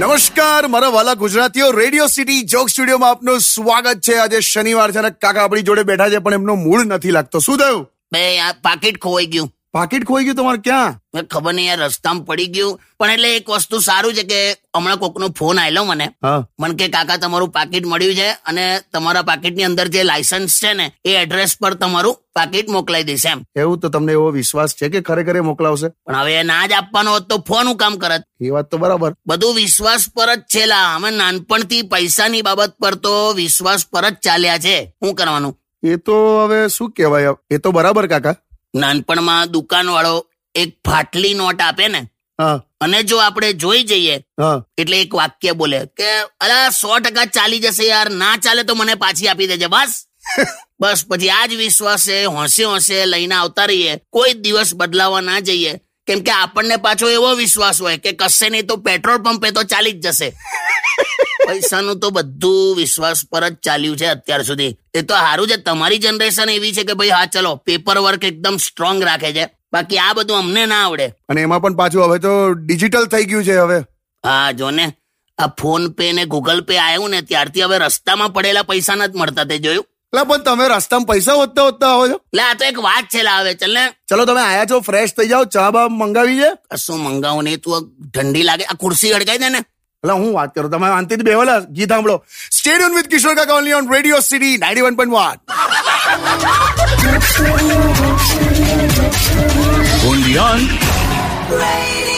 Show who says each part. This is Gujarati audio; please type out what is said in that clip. Speaker 1: નમસ્કાર મારા વાલા ગુજરાતીઓ રેડિયો સિટી જોક સ્ટુડિયોમાં આપનું સ્વાગત છે આજે શનિવાર છે અને કાકા આપણી જોડે બેઠા છે પણ એમનો મૂળ નથી લાગતો શું થયું
Speaker 2: બે આ પાકીટ ખોવાઈ ગયું
Speaker 1: પાકીટ ખોઈ ગયું તમારે ક્યાં
Speaker 2: મેં ખબર નહીં આ રસ્તામાં પડી ગયું પણ એટલે એક વસ્તુ સારું છે કે હમણાં કોકનો ફોન આયલો મને
Speaker 1: હા
Speaker 2: મને કે કાકા તમારું પાકીટ મળ્યું છે અને તમારા પાકીટની અંદર જે લાયસન્સ છે ને એ એડ્રેસ પર તમારું પાકીટ મોકલાઈ દઈશ એમ
Speaker 1: એવું તો તમને એવો વિશ્વાસ છે કે ખરેખર એ મોકલાવશે
Speaker 2: પણ હવે ના જ આપવાનો હોત તો ફોન હું કામ કરત
Speaker 1: એ વાત તો બરાબર
Speaker 2: બધું વિશ્વાસ પર જ છે લા અમે નાનપણથી પૈસાની બાબત પર તો વિશ્વાસ પર જ ચાલ્યા છે શું કરવાનું
Speaker 1: એ તો હવે શું કહેવાય એ તો બરાબર કાકા
Speaker 2: નાનપણમાં દુકાનવાળો એક ફાટલી નોટ આપે ને
Speaker 1: હા
Speaker 2: અને જો આપણે જોઈ જઈએ
Speaker 1: હા
Speaker 2: એટલે એક વાક્ય બોલે કે અરે સો ટકા ચાલી જશે યાર ના ચાલે તો મને પાછી આપી દેજે બસ બસ પછી આ જ વિશ્વાસે હોંશે હોંશે લઈને આવતા રહીએ કોઈ જ દિવસ બદલાવા ના જઈએ કેમ કે આપણને પાછો એવો વિશ્વાસ હોય કે કશે નહીં તો પેટ્રોલ પંપે તો ચાલી જ જશે પૈસાનું તો બધું વિશ્વાસ પર જ ચાલ્યું છે અત્યાર સુધી એ તો સારું છે તમારી જનરેશન એવી છે કે ભાઈ હા ચલો પેપર વર્ક એકદમ સ્ટ્રોંગ રાખે છે બાકી આ બધું અમને ના આવડે
Speaker 1: અને એમાં પણ પાછું હવે તો ડિજિટલ થઈ ગયું છે હવે
Speaker 2: હા જો ને આ ફોન પે ને ગૂગલ પે આવ્યું ને ત્યારથી હવે રસ્તામાં પડેલા પૈસા નથી મળતા તે જોયું
Speaker 1: એટલે પણ તમે રસ્તામાં પૈસા વધતા વધતા આવો છો
Speaker 2: લે આ તો એક વાત છે લા હવે ચાલ ને
Speaker 1: ચલો તમે આયા છો ફ્રેશ થઈ જાઓ ચા બા મંગાવી છે
Speaker 2: કશું મંગાવું નહીં તું આ ઠંડી લાગે આ ખુરશી અડકાઈ દે ને
Speaker 1: એટલે હું વાત કરું તમે શાંતિથી બેહવાલા ગીત સાંભળો સ્ટેડિયમ વિથ કિશોર કાકા only on radio city ninety one point one
Speaker 3: Only on
Speaker 4: Radio